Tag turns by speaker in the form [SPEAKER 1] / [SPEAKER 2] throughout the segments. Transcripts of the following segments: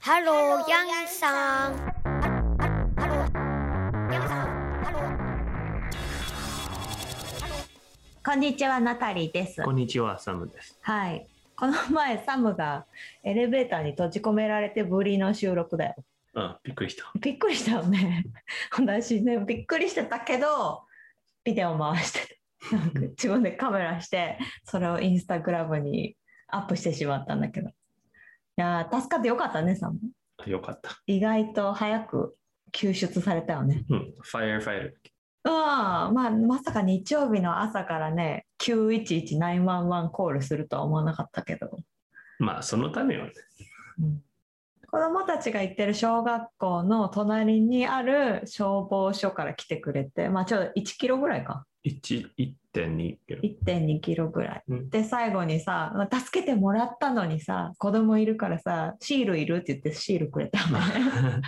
[SPEAKER 1] ハロー、ヤンさん。ハロー、ヤンさん。ハロー。
[SPEAKER 2] こんにちは、ナタリーです。
[SPEAKER 3] こんにちは、サムです。
[SPEAKER 2] はい。この前、サムがエレベーターに閉じ込められてぶりの収録だよ。
[SPEAKER 3] うん、びっくりした。
[SPEAKER 2] びっくりしたよね。 私ね、びっくりしてたけど、ビデオ回して、なんか自分でカメラして、それをインスタグラムにアップしてしまったんだけど。いやー、助かってよかったね、サム。
[SPEAKER 3] よかった。
[SPEAKER 2] 意外と早く救出されたよね。
[SPEAKER 3] うん、ファイアファイル。
[SPEAKER 2] うん、まあ、まさか日曜日の朝からね、911-911コールするとは思わなかったけど。
[SPEAKER 3] まあ、そのためはね。
[SPEAKER 2] 子どもたちが行ってる小学校の隣にある消防署から来てくれて、まあ、ちょうど1キロぐらいか
[SPEAKER 3] 1 1.2キロ。
[SPEAKER 2] 1.2キロぐらい。
[SPEAKER 3] うん
[SPEAKER 2] で最後にさまあ助けてもらったのにさ子供いるからさシールいるって言ってシールくれたのね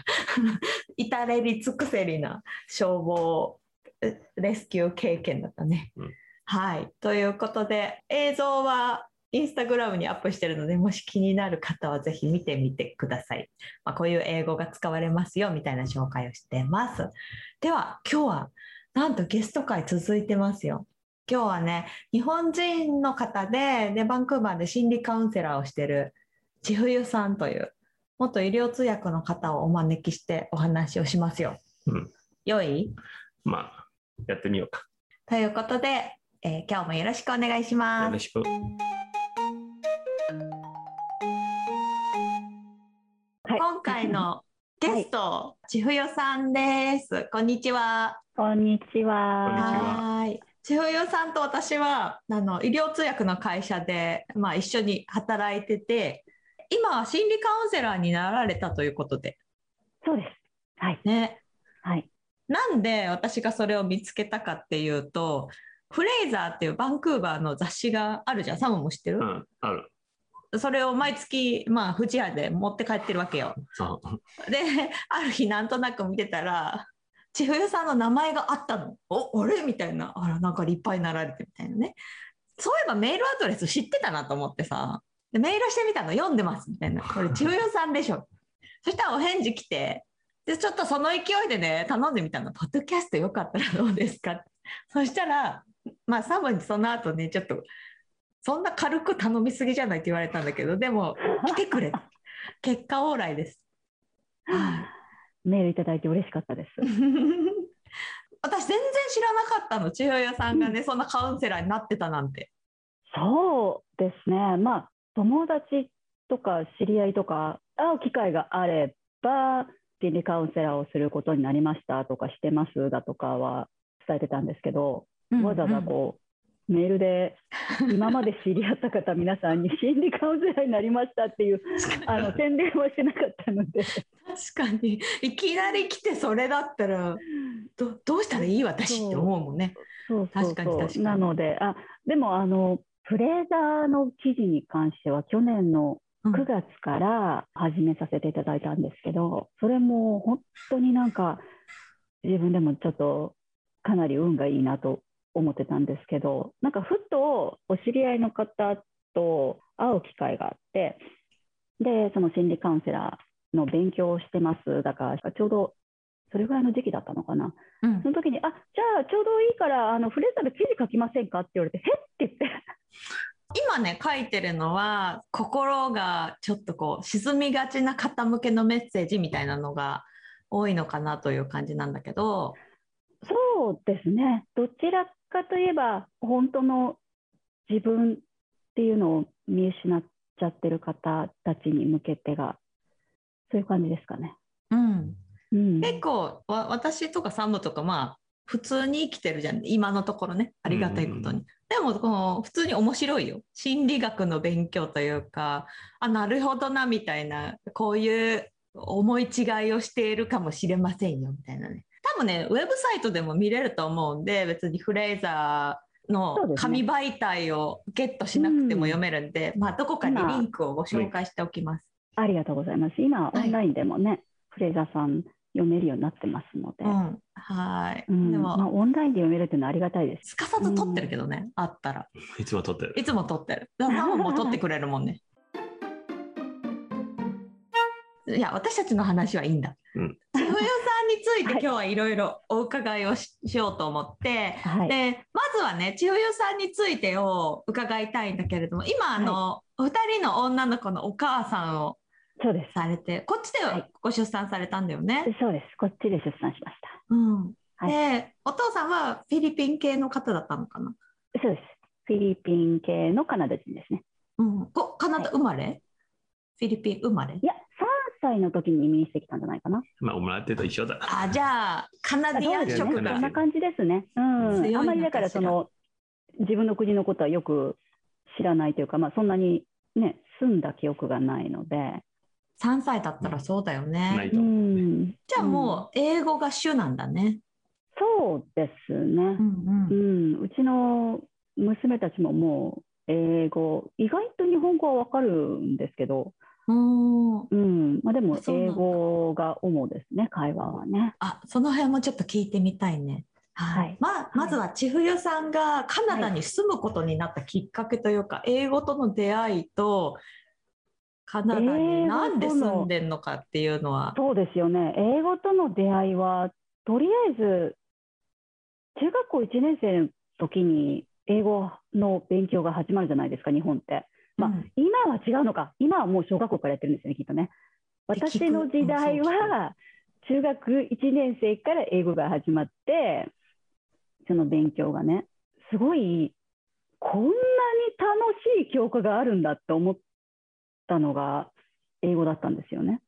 [SPEAKER 2] 至れり尽くせりな消防えレスキュー経験だったね。
[SPEAKER 3] うん
[SPEAKER 2] はいということで映像はインスタグラムにアップしてるのでもし気になる方はぜひ見てみてください。まあ、こういう英語が使われますよみたいな紹介をしてます。では今日はなんとゲスト会続いてますよ。今日はね日本人の方ででバンクーバーで心理カウンセラーをしてる千冬さんという元医療通訳の方をお招きしてお話をしますよ。
[SPEAKER 3] うん
[SPEAKER 2] よい
[SPEAKER 3] まあ、やってみようか。
[SPEAKER 2] ということで、えー今日もよろしくお願いし
[SPEAKER 3] よ
[SPEAKER 2] ま
[SPEAKER 3] ろ
[SPEAKER 2] す。
[SPEAKER 3] しく。
[SPEAKER 4] はい
[SPEAKER 2] 今回のゲスト、千冬さんです。こんにちは。
[SPEAKER 4] こんにちは。
[SPEAKER 3] こん
[SPEAKER 2] は
[SPEAKER 3] にち
[SPEAKER 2] い。千代さんと私はあの医療通訳の会社で、まあ、一緒に働いてて今は心理カウンセラーになられたということで
[SPEAKER 4] そうです。はい。
[SPEAKER 2] ね
[SPEAKER 4] はい。
[SPEAKER 2] なんで私がそれを見つけたかっていうとフレイザーっていうバンクーバーの雑誌があるじゃんサムも知ってる
[SPEAKER 3] う、ん、ある。
[SPEAKER 2] それを毎月まあ不二家で持って帰ってるわけよ
[SPEAKER 3] そう。
[SPEAKER 2] である日なんとなく見てたら千冬さんの名前があったのおあれみたいなあらなんか立派になられてみたいなねそういえばメールアドレス知ってたなと思ってさでメールしてみたの読んでますみたいなこれ千冬さんでしょ そしたらお返事来てでちょっとその勢いでね頼んでみたの「ポッドキャストよかったらどうですか?」そしたらまあサムにその後ねちょっとそんな軽く頼みすぎじゃないって言われたんだけどでも来てくれた結果往来です。はい
[SPEAKER 4] メールいただいて嬉しかったです。
[SPEAKER 2] 私全然知らなかったの千代さんがね、そんなカウンセラーになってたなんて
[SPEAKER 4] そうですね。まあ、友達とか知り合いとか会う機会があれば、心理カウンセラーをすることになりましたとかしてますだとかは伝えてたんですけど、わざわざこう、メールで今まで知り合った方皆さんに心理カウンセラーになりましたっていう あ の宣伝はしてなかったので
[SPEAKER 2] 確かにいきなり来てそれだったらどどうしたらいい私って思うもんね
[SPEAKER 4] そうそうそ
[SPEAKER 2] 確
[SPEAKER 4] う
[SPEAKER 2] かに確かに
[SPEAKER 4] なので、あでもあの、フレーザーの記事に関しては、去年の
[SPEAKER 2] うん
[SPEAKER 4] 9月から始めさせていただいたんですけど、それも本当になんか、自分でもちょっとかなり運がいいなと思ってたんですけど、なんかふっとお知り合いの方と会う機会があって、で、その心理カウンセラーの勉強をしてます、だから、ちょうどそれぐらいの時期だったのかな。
[SPEAKER 2] うん
[SPEAKER 4] その時に、あじゃあちょうどいいから、あのフレーザーの記事書きませんかって言われて、へっって言 って、
[SPEAKER 2] 今ね書いてるのは心がちょっとこう沈みがちな方向けのメッセージみたいなのが多いのかなという感じなんだけど
[SPEAKER 4] そうですね、どちらかといえば、本当の自分っていうのを見失っちゃってる方たちに向けてが、そういう感じですかね。
[SPEAKER 2] うん
[SPEAKER 4] うん、
[SPEAKER 2] 結構わ私とかサムとかまあ普通に生きてるじゃん今のところねありがたいことに、
[SPEAKER 3] うんうんう
[SPEAKER 2] でもこの普通に面白いよ心理学の勉強というかあなるほどなみたいなこういう思い違いをしているかもしれませんよみたいなね多分ねウェブサイトでも見れると思うんで別にフレーザーの
[SPEAKER 4] そうですね
[SPEAKER 2] 紙媒体をゲットしなくても読めるんで、まあ、どこかにリンクをご紹介しておきます。
[SPEAKER 4] ありがとうございます。今、
[SPEAKER 2] い
[SPEAKER 4] オンラインでもね、フレーザーさん読めるようになってますので、
[SPEAKER 2] うん、はい、
[SPEAKER 4] うん
[SPEAKER 2] で
[SPEAKER 4] まあ、
[SPEAKER 2] も
[SPEAKER 4] オンラインで読めるっていうのはありがたいです。
[SPEAKER 2] すかさず撮ってるけどね、あったら。
[SPEAKER 3] いつも撮ってる。
[SPEAKER 2] いつも撮ってる。だからサムも撮ってくれるもんね。いや、私たちの話はいいんだ。
[SPEAKER 3] うん
[SPEAKER 2] 千冬さんについて
[SPEAKER 4] はい
[SPEAKER 2] 今日はいろいろお伺いをししようと思って、
[SPEAKER 4] はい。
[SPEAKER 2] でまずはね千代さんについてを伺いたいんだけれども今あの、お二人の女の子のお母さんを
[SPEAKER 4] そうです。
[SPEAKER 2] されてこっちで
[SPEAKER 4] はい
[SPEAKER 2] ご出産されたんだよね。
[SPEAKER 4] そうです。こっちで出産しまし
[SPEAKER 2] うん
[SPEAKER 4] はい
[SPEAKER 2] でお父さんはフィリピン系の方だったのかな、
[SPEAKER 4] た。そうです。フィリピン系のカナダ人ですね。
[SPEAKER 2] うん、こカナダ生まれ、フィリピン生まれ
[SPEAKER 4] いや、3歳の時に移民してきたんじゃないかな。
[SPEAKER 3] まあ、オムラテと一緒だ。
[SPEAKER 2] あじゃあカナディアン
[SPEAKER 4] あどう
[SPEAKER 2] 食
[SPEAKER 4] ですね
[SPEAKER 2] だ、
[SPEAKER 4] そんな感じですね。う
[SPEAKER 2] 強
[SPEAKER 4] ん。あ
[SPEAKER 2] いのかしら
[SPEAKER 4] まりだからその自分の国のことはよく知らないというか、まあそんなにね住んだ記憶がないので。
[SPEAKER 2] 3歳だったらそうだよ
[SPEAKER 3] な
[SPEAKER 2] ね
[SPEAKER 3] い。
[SPEAKER 4] う
[SPEAKER 3] と思うね。
[SPEAKER 4] ん。
[SPEAKER 2] じゃあもう英語が主なんだね。
[SPEAKER 4] そうですね
[SPEAKER 2] う。ん
[SPEAKER 4] う
[SPEAKER 2] うん
[SPEAKER 4] ん。うちの娘たちももう英語、意外と日本語はわかるんですけど、
[SPEAKER 2] うん
[SPEAKER 4] うん。まあでも
[SPEAKER 2] あそうなん
[SPEAKER 4] 英
[SPEAKER 2] だ
[SPEAKER 4] 語が主ですね、会話はね。
[SPEAKER 2] あ、その辺もちょっと聞いてみたいね。は
[SPEAKER 4] はい
[SPEAKER 2] い。まあ、まずは千冬さんがカナダに住むことになったきっかけというか、英語との出会いと、カナダになんで住んでんのかっていうのは、
[SPEAKER 4] そうですよね。英語との出会いは、とりあえず、中学校1年生の時に英語の勉強が始まるじゃないですか、日本って。まあ
[SPEAKER 2] うん
[SPEAKER 4] 今は違うのか。今はもう小学校からやってるんですよね、きっとね。
[SPEAKER 2] て聞く
[SPEAKER 4] 私の時代は、中学1年生から英語が始まって、その勉強がね、すごい、こんなに楽しい教科があるんだって思ったのが、英語だったんですよね。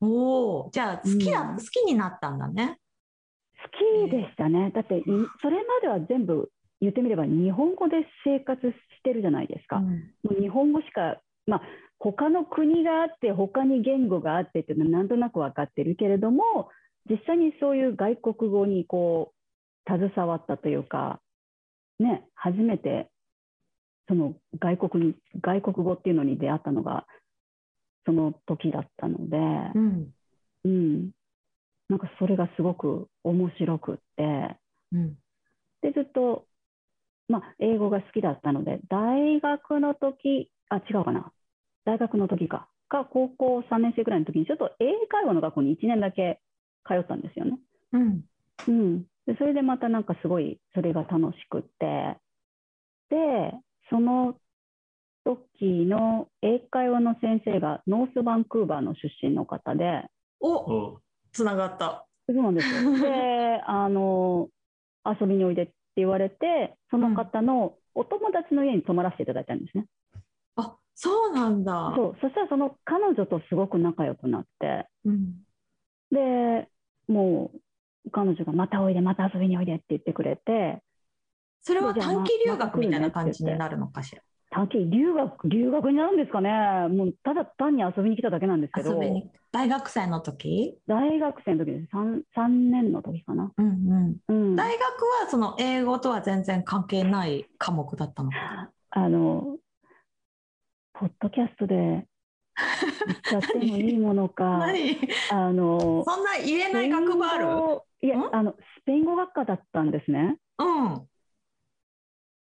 [SPEAKER 2] おお、じゃあ好きだ、
[SPEAKER 4] うん
[SPEAKER 2] 好きになったんだね。
[SPEAKER 4] 好きでしたね、だっていそれまでは全部言ってみれば日本語で生活してるじゃないですか、
[SPEAKER 2] うん
[SPEAKER 4] もう日本語しか、まあ他の国があって他に言語があってっていうのはなんとなく分かってるけれども実際にそういう外国語にこう携わったというか、ね、初めてその外国に外国語っていうのに出会ったのがその時だったので。
[SPEAKER 2] うん。
[SPEAKER 4] うん、なんかそれがすごく面白くって
[SPEAKER 2] うん。
[SPEAKER 4] でずっと、まあ、英語が好きだったので大学の時あ違うかな大学の時かか高校3年生ぐらいの時にちょっと英会話の学校に1年だけ通ったんですよね。
[SPEAKER 2] うん。
[SPEAKER 4] うん、でそれでまたなんかすごいそれが楽しくってでその時の英会話の先生がノースバンクーバーの出身の方で。
[SPEAKER 2] お、
[SPEAKER 3] お
[SPEAKER 2] つながった。
[SPEAKER 4] そうなんです よ。で、あの、遊びにおいでって言われて、その方のお友達の家に泊まらせていただいたんですね。
[SPEAKER 2] あ、そうなんだ。
[SPEAKER 4] そう、そしたらその彼女とすごく仲良くなって、
[SPEAKER 2] うん。
[SPEAKER 4] で、もう彼女がまたおいで、また遊びにおいでって言ってくれて、
[SPEAKER 2] それは短期留学みたいな感じになるのかしら。
[SPEAKER 4] 短期留学、留学になるんですかね。もうただ単に遊びに来ただけなんですけ
[SPEAKER 2] 遊
[SPEAKER 4] ど、
[SPEAKER 2] びに。大学生の時
[SPEAKER 4] 大学生の時です。3, 3年の時かな。
[SPEAKER 2] うんうん。
[SPEAKER 4] うん。
[SPEAKER 2] 大学はその英語とは全然関係ない科目だったのか
[SPEAKER 4] あの、ポッドキャストで言っちゃって もいいものか、
[SPEAKER 2] 何
[SPEAKER 4] あの、
[SPEAKER 2] そんな言えない
[SPEAKER 4] スペイン
[SPEAKER 2] 学部ある
[SPEAKER 4] 語いや、
[SPEAKER 2] ん
[SPEAKER 4] あの、スペイン語学科だったんですね。
[SPEAKER 2] うん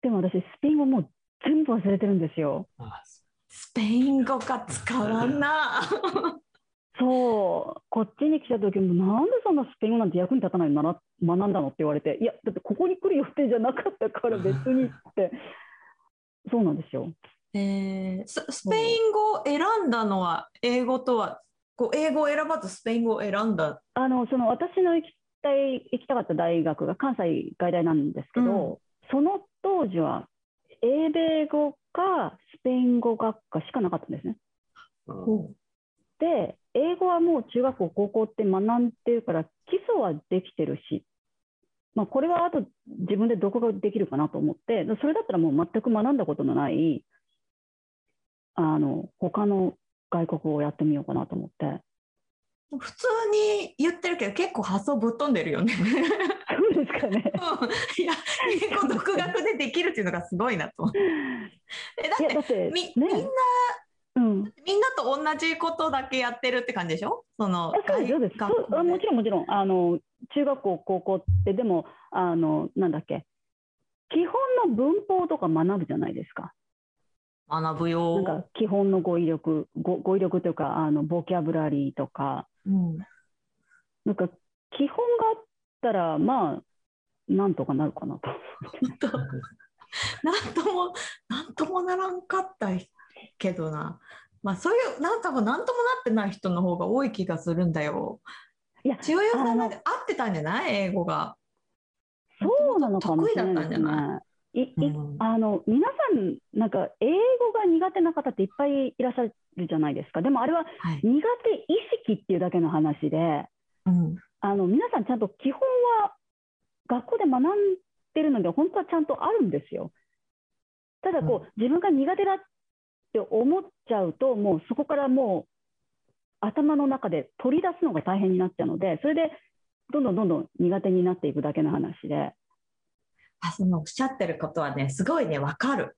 [SPEAKER 4] でも私、スペイン語もう全部忘れてるんですよ。
[SPEAKER 3] あ
[SPEAKER 2] スペイン語が使わ な
[SPEAKER 4] そう、こっちに来た時も、なんでそんなスペイン語なんて役に立たないのな学んだのって言われて、いや、だってここに来る予定じゃなかったから別に って、そうなんですよ。
[SPEAKER 2] えーススペイン語を選んだのは英語とはこう英語を選ばずスペイン語を選んだ
[SPEAKER 4] あのその私の行きたい行きたかった大学が関西外大なんですけど、その当時は英米語かスペイン語学科しかなかったんですね。
[SPEAKER 3] うん
[SPEAKER 4] で英語はもう中学校高校って学んでるから基礎はできてるし、まあ、これはあと自分でどこができるかなと思ってそれだったらもう全く学んだことのないあの他の外国語をやってみようかなと思って。
[SPEAKER 2] 普通に言ってるけど結構発想ぶっ飛んでるよね
[SPEAKER 4] そうですかね
[SPEAKER 2] うんいや英語独学でできるっていうのがすごいなと思ってえだっ
[SPEAKER 4] いや
[SPEAKER 2] て
[SPEAKER 4] だって
[SPEAKER 2] み
[SPEAKER 4] ね
[SPEAKER 2] みんな
[SPEAKER 4] うん、
[SPEAKER 2] みんなと同じことだけやってるって感じでしょその
[SPEAKER 4] あそうですそうです
[SPEAKER 2] 外
[SPEAKER 4] そうあ
[SPEAKER 2] 学校
[SPEAKER 4] もち
[SPEAKER 2] で
[SPEAKER 4] ろんもちろんあの中学校高校ってでもあのなんだっけ基本の文法とか学ぶじゃないですか
[SPEAKER 2] 学ぶよ。
[SPEAKER 4] なんか基本の語彙力語語彙力というかあのボキャブラリーとか
[SPEAKER 2] うん、
[SPEAKER 4] なんか基本があったらまあなんとかなるかなと。
[SPEAKER 2] 本 当なんともなんともならんかったけどな。まあそういうなんかなんともなってない人の方が多い気がするんだよ。
[SPEAKER 4] いや
[SPEAKER 2] 千代代さんな
[SPEAKER 4] あ
[SPEAKER 2] んて合ってたんじゃない英語が。
[SPEAKER 4] そうなのかもしれな
[SPEAKER 2] 得意
[SPEAKER 4] い
[SPEAKER 2] だったん
[SPEAKER 4] で
[SPEAKER 2] じ
[SPEAKER 4] す
[SPEAKER 2] ゃ
[SPEAKER 4] ね
[SPEAKER 2] ない
[SPEAKER 4] い
[SPEAKER 2] うん
[SPEAKER 4] あの皆さん、なんか英語が苦手な方っていっぱいいらっしゃるじゃないですか、でもあれは
[SPEAKER 2] はい。
[SPEAKER 4] 苦手意識っていうだけの話で、
[SPEAKER 2] うん。
[SPEAKER 4] あの皆さん、ちゃんと基本は学校で学んでるので、本当はちゃんとあるんですよ。ただこう、自分が苦手だって思っちゃうと、もうそこからもう頭の中で取り出すのが大変になっちゃうので、それでどんどんどんどん苦手になっていくだけの話で。
[SPEAKER 2] あそのおっしゃってることはねすごいねわかる。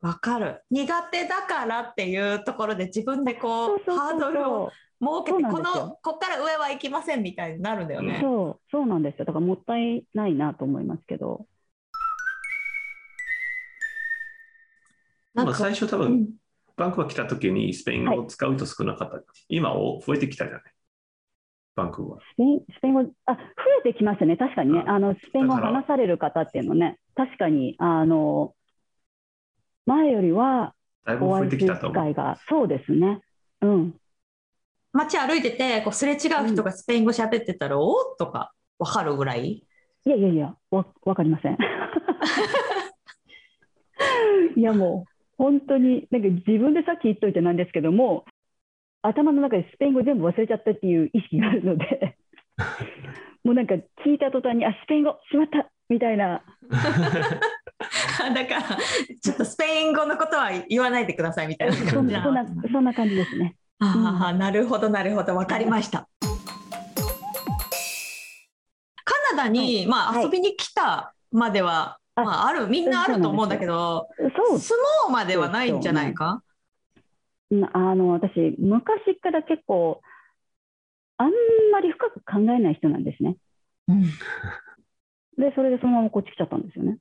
[SPEAKER 2] わかる苦手だからっていうところで自分でこう
[SPEAKER 4] そうそう
[SPEAKER 2] ハ
[SPEAKER 4] そ
[SPEAKER 2] ー
[SPEAKER 4] う
[SPEAKER 2] ドル
[SPEAKER 4] そう
[SPEAKER 2] を設け
[SPEAKER 4] そう
[SPEAKER 2] て
[SPEAKER 4] なん
[SPEAKER 2] こ
[SPEAKER 4] ですよ
[SPEAKER 2] のこっから上はいきませんみたいになるんだよね。
[SPEAKER 4] そう、そうなんですよ。だからもったいないなと思いますけど。
[SPEAKER 2] なん
[SPEAKER 3] ま
[SPEAKER 2] か
[SPEAKER 3] あ、最初多
[SPEAKER 2] う
[SPEAKER 3] 分、
[SPEAKER 2] ん
[SPEAKER 3] バンクが来た時にスペイン語を使う人少なかった。今お、増えてきたじゃない。バンクは。
[SPEAKER 4] スペインスペイン語、あ、増えてきましたね。確かにね、
[SPEAKER 3] うん
[SPEAKER 4] あのスペイン語を
[SPEAKER 3] だから
[SPEAKER 4] 話される方っていうのね、確かにあの前よりは
[SPEAKER 3] だいぶ
[SPEAKER 4] お
[SPEAKER 3] 増
[SPEAKER 4] 会
[SPEAKER 3] え
[SPEAKER 4] い
[SPEAKER 3] て
[SPEAKER 4] す
[SPEAKER 3] き
[SPEAKER 4] る
[SPEAKER 3] たと
[SPEAKER 4] 機
[SPEAKER 3] 思う。
[SPEAKER 4] 会が、そうですね。うん、
[SPEAKER 2] 街歩いててこうすれ違う人がスペイン語喋ってたら、おーっとか分かるぐらい
[SPEAKER 4] いやいやいや、わわか りません。いやもう本当になんか自分でさっき言っといてなんですけども、頭の中でスペイン語全部忘れちゃったっていう意識があるの で、もうなんか聞いた途端にあスペイン語しまったみたいな。
[SPEAKER 2] だからちょっとスペイン語のことは言わないでくださいみたいな
[SPEAKER 4] そ
[SPEAKER 2] 感
[SPEAKER 4] ん
[SPEAKER 2] じな
[SPEAKER 4] なそんなそんな感じですね。
[SPEAKER 2] ああなるほどなるほど分かりました。カナダに、まあ、
[SPEAKER 4] はい
[SPEAKER 2] 遊びに来たまでは、
[SPEAKER 4] あ
[SPEAKER 2] まあ、あるみんなあると思うんだけど
[SPEAKER 4] そう
[SPEAKER 2] 住もうまではないんじゃないか、
[SPEAKER 4] うんあの私昔から結構あんまり深く考えない人なんですね。
[SPEAKER 2] うん、
[SPEAKER 4] でそれでそのままこっち来ちゃったんですよね。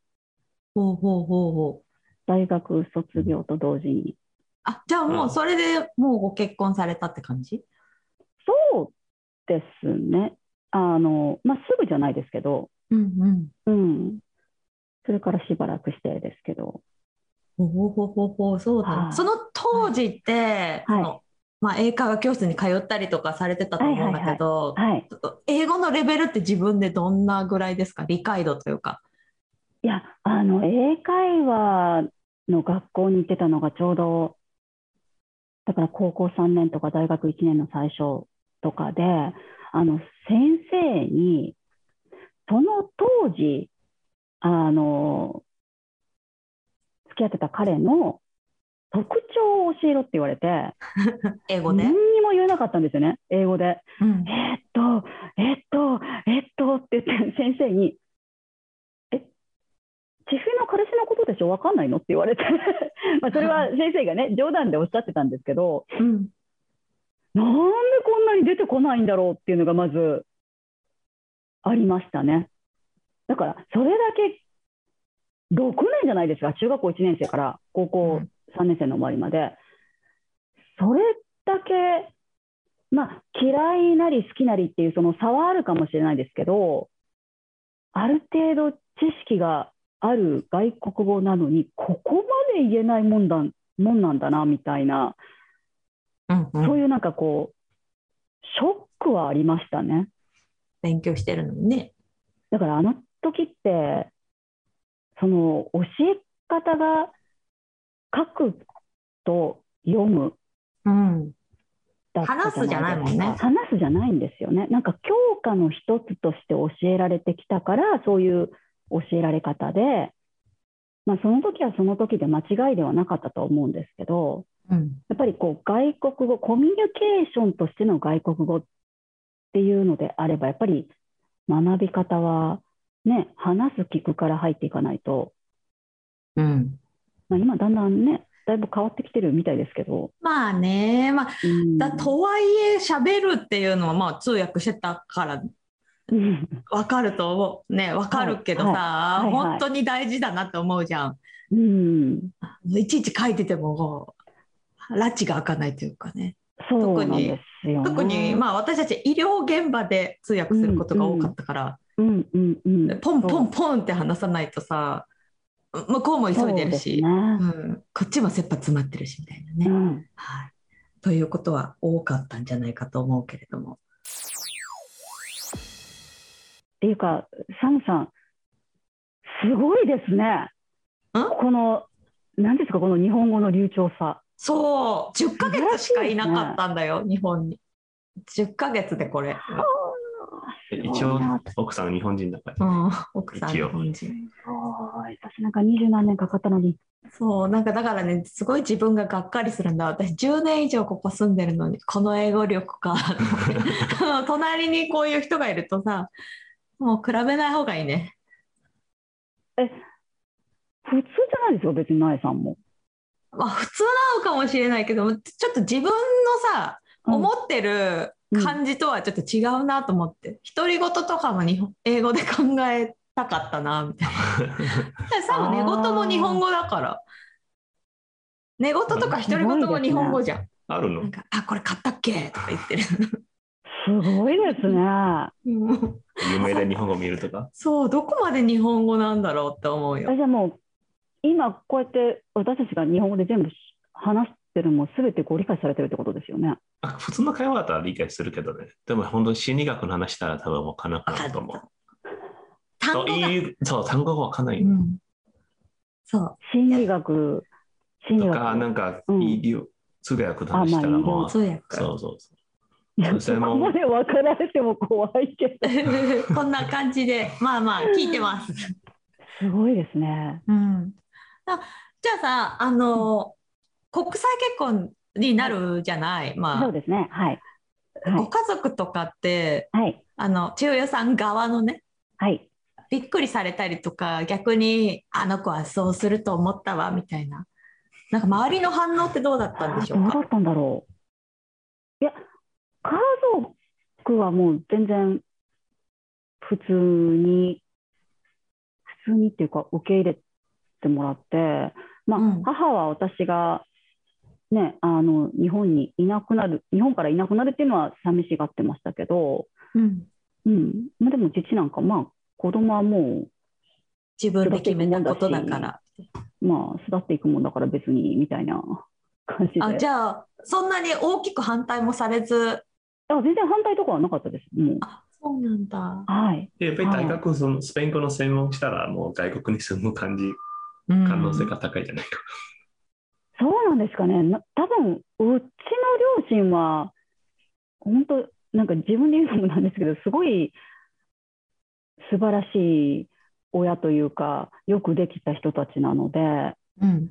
[SPEAKER 2] ほうほうほうほう
[SPEAKER 4] 大学卒業と同時に。
[SPEAKER 2] あじゃあもうそれでもうご結婚されたって感じ
[SPEAKER 4] そうですね。あの、まあ、すぐじゃないですけど、
[SPEAKER 2] うんうん
[SPEAKER 4] うん。それからしばらくしてですけど、
[SPEAKER 2] ほほほほほそうだ、
[SPEAKER 4] はい
[SPEAKER 2] その当時って、そのまあ、英会話教室に通ったりとかされてたと思うんだけど、
[SPEAKER 4] はい。
[SPEAKER 2] ちょっと英語のレベルって自分でどんなぐらいですか理解度というか。
[SPEAKER 4] いや、あの、英会話の学校に行ってたのがちょうど、だから高校3年とか大学1年の最初とかで、あの、先生に、その当時、あの、付き合ってた彼の特徴を教えろって言われて、
[SPEAKER 2] 英語で、
[SPEAKER 4] 何にも言えなかったんですよね、英語で。
[SPEAKER 2] うん
[SPEAKER 4] えーっと、えーっと、えーっとって 言って、先生に、え、千尋の彼氏のことでしょ、わかんないのって言われて、 まあそれは先生がね、冗談でおっしゃってたんですけど、
[SPEAKER 2] うん
[SPEAKER 4] なんでこんなに出てこないんだろうっていうのがまずありましたね。だから、それだけ6年じゃないですか、中学校1年生から高校3年生の終わりまで。それだけ、まあ、嫌いなり好きなりっていうその差はあるかもしれないですけど、ある程度知識がある外国語なのに、ここまで言えないもんだもんなんだなみたいな。
[SPEAKER 2] うんうん
[SPEAKER 4] そういうなんかこう、ショックはありましたね。
[SPEAKER 2] 勉強してるのにね。
[SPEAKER 4] だからあの時って、その教え方が書くと読む
[SPEAKER 2] うん
[SPEAKER 4] だった
[SPEAKER 2] 話すじゃないもんね
[SPEAKER 4] ですか話すじゃないんですよね。なんか教科の一つとして教えられてきたから、そういう教えられ方で、まあその時はその時で間違いではなかったと思うんですけど、
[SPEAKER 2] うん
[SPEAKER 4] やっぱりこう外国語、コミュニケーションとしての外国語っていうのであれば、やっぱり学び方は、ね、話す、聞くから入っていかないと、
[SPEAKER 2] うん、
[SPEAKER 4] まあ、今、だんだんね、だいぶ変わってきてるみたいですけど。
[SPEAKER 2] まあね、まあ、
[SPEAKER 4] うん
[SPEAKER 2] だとはいえ喋るっていうのはまあ通訳してたから
[SPEAKER 4] うん
[SPEAKER 2] わかると思う。ね、わかるけどさ、
[SPEAKER 4] いはいはい
[SPEAKER 2] 本当に大事だなと思うじゃん。
[SPEAKER 4] うん、
[SPEAKER 2] いちいち書いてても、こう、拉致が開かないというかね。
[SPEAKER 4] そうなんですよね。
[SPEAKER 2] 特に、まあ、私たち医療現場で通訳することが多かったから、
[SPEAKER 4] うんうんうん、
[SPEAKER 2] ポンポンポンって話さないとさ、向こうも急いでるし、
[SPEAKER 4] そう
[SPEAKER 2] う
[SPEAKER 4] で
[SPEAKER 2] ん、こっちも切羽詰まってるしみたいなね。
[SPEAKER 4] すねうん
[SPEAKER 2] はい。ということは多かったんじゃないかと思うけれども。
[SPEAKER 4] っていうか、サムさん、すごいですね。
[SPEAKER 2] ん
[SPEAKER 4] この、なんですか、この日本語の流暢さ。
[SPEAKER 2] そう、10ヶ月しかいなかったんだよ、日本に。10ヶ月でこれ。
[SPEAKER 3] 一応、奥さんは日本人だから。
[SPEAKER 2] うん、奥さん日
[SPEAKER 3] 一応
[SPEAKER 2] 本人。
[SPEAKER 4] そう私なんか二十何年かかったのに。
[SPEAKER 2] そう、なんかだからね、すごい自分ががっかりするんだ。私10年以上ここ住んでるのに、この英語力 か。 隣にこういう人がいるとさ、もう比べない方がいいね。
[SPEAKER 4] 普通じゃないですよ、別に、なえさんも。
[SPEAKER 2] まあ普通なのかもしれないけども、ちょっと自分のさ、
[SPEAKER 4] うん
[SPEAKER 2] 思ってる感じとはちょっと違うなと思って、独り言とかも日本英語で考えたかったなみたいな多分寝言も日本語だから寝言とか独り言も日本語じゃん、
[SPEAKER 3] ある
[SPEAKER 2] な
[SPEAKER 3] の
[SPEAKER 2] んか「あこれ買ったっけ?」とか言ってる
[SPEAKER 4] すごいですね。
[SPEAKER 2] うん
[SPEAKER 3] 有名で日本語見るとか。
[SPEAKER 2] そうどこまで日本語なんだろうって思う
[SPEAKER 4] え
[SPEAKER 2] よ
[SPEAKER 4] じゃあもう、今、こうやって私たちが日本語で全部話してるのも、すべてご理解されてるってことですよね。
[SPEAKER 3] あ普通の会話だったら理解するけどね。でも本当に心理学の話したら多分わかんなく
[SPEAKER 2] 分
[SPEAKER 3] な
[SPEAKER 2] か
[SPEAKER 3] る
[SPEAKER 2] っ
[SPEAKER 3] と思う
[SPEAKER 2] た。単語
[SPEAKER 3] そう
[SPEAKER 2] が、
[SPEAKER 3] いうそう単語がわかんない。
[SPEAKER 2] うん、そう
[SPEAKER 4] 心理学、心理
[SPEAKER 3] と
[SPEAKER 4] 学。
[SPEAKER 3] か、なんか、
[SPEAKER 4] うん
[SPEAKER 3] 医療、通訳の話したら
[SPEAKER 4] あまあ
[SPEAKER 3] もう、
[SPEAKER 2] 通
[SPEAKER 3] そう
[SPEAKER 2] 訳
[SPEAKER 3] そうそう。そ
[SPEAKER 4] そ
[SPEAKER 3] れも
[SPEAKER 4] こまで分かられても怖いけど。
[SPEAKER 2] こんな感じでまあまあ聞いてます
[SPEAKER 4] すごいですね。
[SPEAKER 2] うん、あじゃあさあの、国際結婚になるじゃない、ま
[SPEAKER 4] そ
[SPEAKER 2] あ
[SPEAKER 4] うですね。はい。は
[SPEAKER 2] ご
[SPEAKER 4] い。
[SPEAKER 2] 家族とかって
[SPEAKER 4] はい。
[SPEAKER 2] あの千代さん側のね
[SPEAKER 4] はい。
[SPEAKER 2] びっくりされたりとか逆にあの子はそうすると思ったわみたいななんか周りの反応ってどうだったんでしょ
[SPEAKER 4] ど
[SPEAKER 2] う
[SPEAKER 4] うだ
[SPEAKER 2] か
[SPEAKER 4] ったんだろう。いや、家族はもう全然普通に、普通にっていうか、受け入れてもらって、まあ、
[SPEAKER 2] うん
[SPEAKER 4] 母は私が、ね、あの日本にいなくなる、日本からいなくなるっていうのは寂しがってましたけど、
[SPEAKER 2] うん、
[SPEAKER 4] うん、まあ、でも父なんか、まあ、子供はも
[SPEAKER 2] 自分で決めたことだから
[SPEAKER 4] う、まあ、育っていくもんだから別に、みたいな感じで。
[SPEAKER 2] あじゃあそんなに大きく反対もされず
[SPEAKER 4] あ全然反対とかはなかったです。もう
[SPEAKER 2] あそうなんだ、
[SPEAKER 4] はい。
[SPEAKER 3] でやっぱり大学、そのスペイン語の専門したら、もう外国に住む感じ、
[SPEAKER 2] うん
[SPEAKER 3] 可能性が高いじゃないか。
[SPEAKER 4] そうなんですかね。な多分うちの両親は、本当なんか自分で言うのもなんですけど、すごい素晴らしい親というか、よくできた人たちなので、
[SPEAKER 2] うん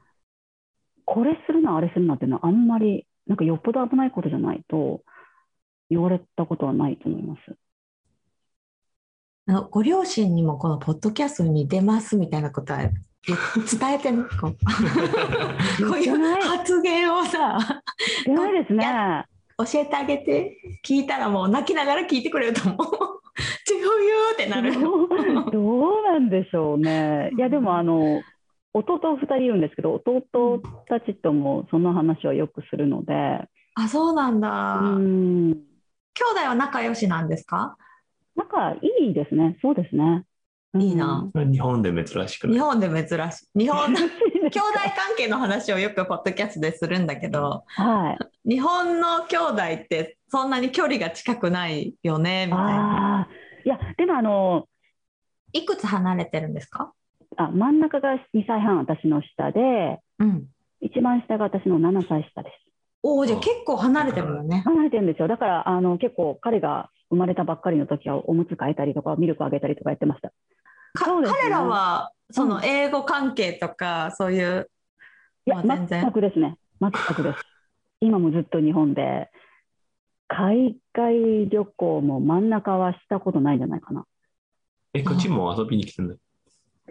[SPEAKER 4] これするな、あれするなっていうのは、あんまり、なんかよっぽど危ないことじゃないと、言われたことはないと思います。
[SPEAKER 2] あのご両親にもこのポッドキャストに出ますみたいなこと は言っ伝えてんのこう こういう発言をさ
[SPEAKER 4] でないです
[SPEAKER 2] い
[SPEAKER 4] ね。
[SPEAKER 2] 教えてあげて聞いたらもう泣きながら聞いてくれると思う「ちよゆー」ってなるよ。
[SPEAKER 4] どうどうなんでしょうね。いやでもあの弟2人いるんですけど弟たちともその話はよくするので
[SPEAKER 2] あそうなんだ、
[SPEAKER 4] うん
[SPEAKER 2] 兄弟は仲良しなんですか
[SPEAKER 4] 仲いいですねそうですね。うん
[SPEAKER 2] いいな。
[SPEAKER 3] 日本で珍しく
[SPEAKER 2] 日
[SPEAKER 3] ない。
[SPEAKER 2] 本で珍しい日 本兄弟
[SPEAKER 4] いいで
[SPEAKER 2] 関
[SPEAKER 4] す
[SPEAKER 2] 係の話をよくポッドキャストでするんだけど
[SPEAKER 4] はい。
[SPEAKER 2] 日本の兄弟ってそんなに距離が近くないよねみたいな
[SPEAKER 4] ああいやでもあの
[SPEAKER 2] いくつ離れてるんですか
[SPEAKER 4] あ真ん中が2歳半私の下で
[SPEAKER 2] うん
[SPEAKER 4] 一番下が私の7歳下です。
[SPEAKER 2] おおじゃあ
[SPEAKER 3] うん
[SPEAKER 2] 結構離れてるのね。
[SPEAKER 4] 離れてるんですよだからあの結構彼が生まれたばっかりの時はおむつ替えたりとかミルクあげたりとかやってました。
[SPEAKER 2] か
[SPEAKER 4] そうですね
[SPEAKER 2] 彼らはその英語関係とかそういう、
[SPEAKER 4] いや、
[SPEAKER 2] まあ全然
[SPEAKER 4] 全くですね。全くです。今もずっと日本で、海外旅行も真ん中はしたことないんじゃないかな。
[SPEAKER 3] え、こっちも遊びに来てない。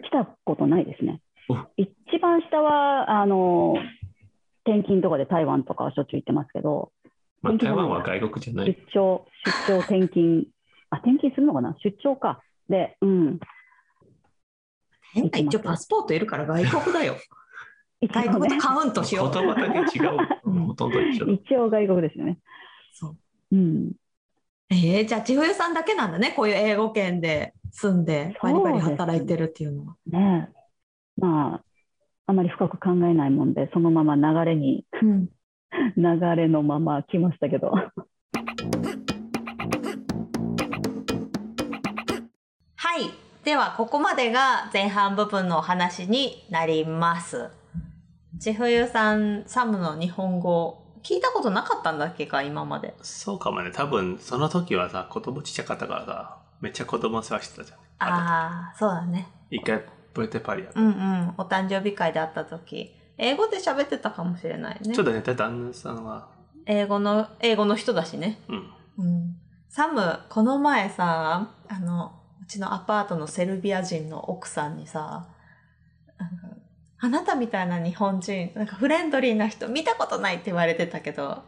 [SPEAKER 4] 来たことないですね
[SPEAKER 3] お。
[SPEAKER 4] 一番下は、あの、転勤とかで台湾とかはしょっちゅう行ってますけど、
[SPEAKER 3] まあ、
[SPEAKER 4] 本当だ
[SPEAKER 3] 台湾は外国じゃない。
[SPEAKER 4] 出張、出張転勤あ、転勤するのかな出張か。で、うん。
[SPEAKER 2] 変な一応パスポートいるから外国だよ。
[SPEAKER 4] 一
[SPEAKER 2] 外
[SPEAKER 4] 応
[SPEAKER 2] 国
[SPEAKER 4] ね
[SPEAKER 2] とカウントし
[SPEAKER 3] 言
[SPEAKER 2] ようと。
[SPEAKER 3] 葉だけ違う
[SPEAKER 2] うん
[SPEAKER 3] の。ほとんど一緒だ。
[SPEAKER 4] 一応外国ですよね。
[SPEAKER 2] そう
[SPEAKER 4] うん。
[SPEAKER 2] えー、じゃあ千冬さんだけなんだねこういう英語圏で住んでバリバリ働いてるっていうのは。
[SPEAKER 4] ねえ。まあ、あまり深く考えないもんで、そのまま流れに、
[SPEAKER 2] うん
[SPEAKER 4] 流れのまま来ましたけど。
[SPEAKER 2] はい。では、ここまでが前半部分のお話になります。千冬さん、サムの日本語、聞いたことなかったんだっけか、今まで。
[SPEAKER 3] そうかもね。多分、その時はさ、子供ちっちゃかったからさ、めっちゃ子供世話してたじゃん。あ
[SPEAKER 2] ああ、そうだね。
[SPEAKER 3] と一回、ブルテパリやった。
[SPEAKER 2] うんうん。お誕生日会で会った時、英語で喋ってたかもしれないね
[SPEAKER 3] ちょ。っとね、だ旦那さんは、
[SPEAKER 2] 英語の、英語の人だしね。
[SPEAKER 3] うん。
[SPEAKER 2] うん。サム、この前さ、あの、うちのアパートのセルビア人の奥さんにさ、なんかあなたみたいな日本人、なんかフレンドリーな人見たことないって言われてたけ ど、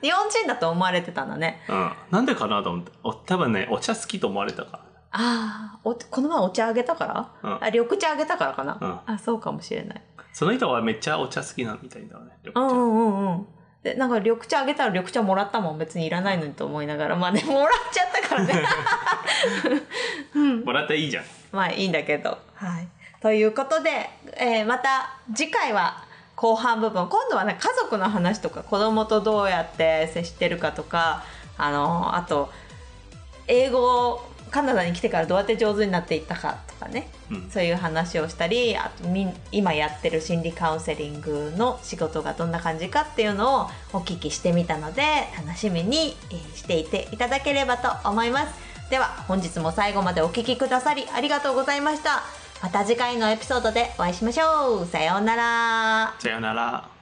[SPEAKER 2] 日本人だと思われてたんだね。
[SPEAKER 3] うん。なんでかなと思って。お多分ね、お茶好きと思われたか
[SPEAKER 2] ああ、おこの前お茶あげたから
[SPEAKER 3] ら。うん。
[SPEAKER 2] あ、緑茶あげたからかな、あ、そうかもしれない。
[SPEAKER 3] その人はめっちゃお茶好きなみたいだね。緑
[SPEAKER 2] うんうん
[SPEAKER 3] 茶
[SPEAKER 2] うんうん。で、なんか緑茶あげたら緑茶もらったもん、別にいらないのにと思いながら、ま あね、もらっちゃったからね。 うん
[SPEAKER 3] もらっていいじゃん。
[SPEAKER 2] まあいいんだけど。はい。ということで、えーまた次回は後半部分、今度はね、家族の話とか、子供とどうやって接してるかとか、あの、あと、英語をカナダに来てからどうやって上手になっていったかとかね、
[SPEAKER 3] うん。
[SPEAKER 2] そういう話をしたり、あとみん今やってる心理カウンセリングの仕事がどんな感じかっていうのをお聞きしてみたので、楽しみにえーしていていただければと思います。では本日も最後までお聞きくださりありがとうございました。また次回のエピソードでお会いしましょう。さようなら。
[SPEAKER 3] さよなら。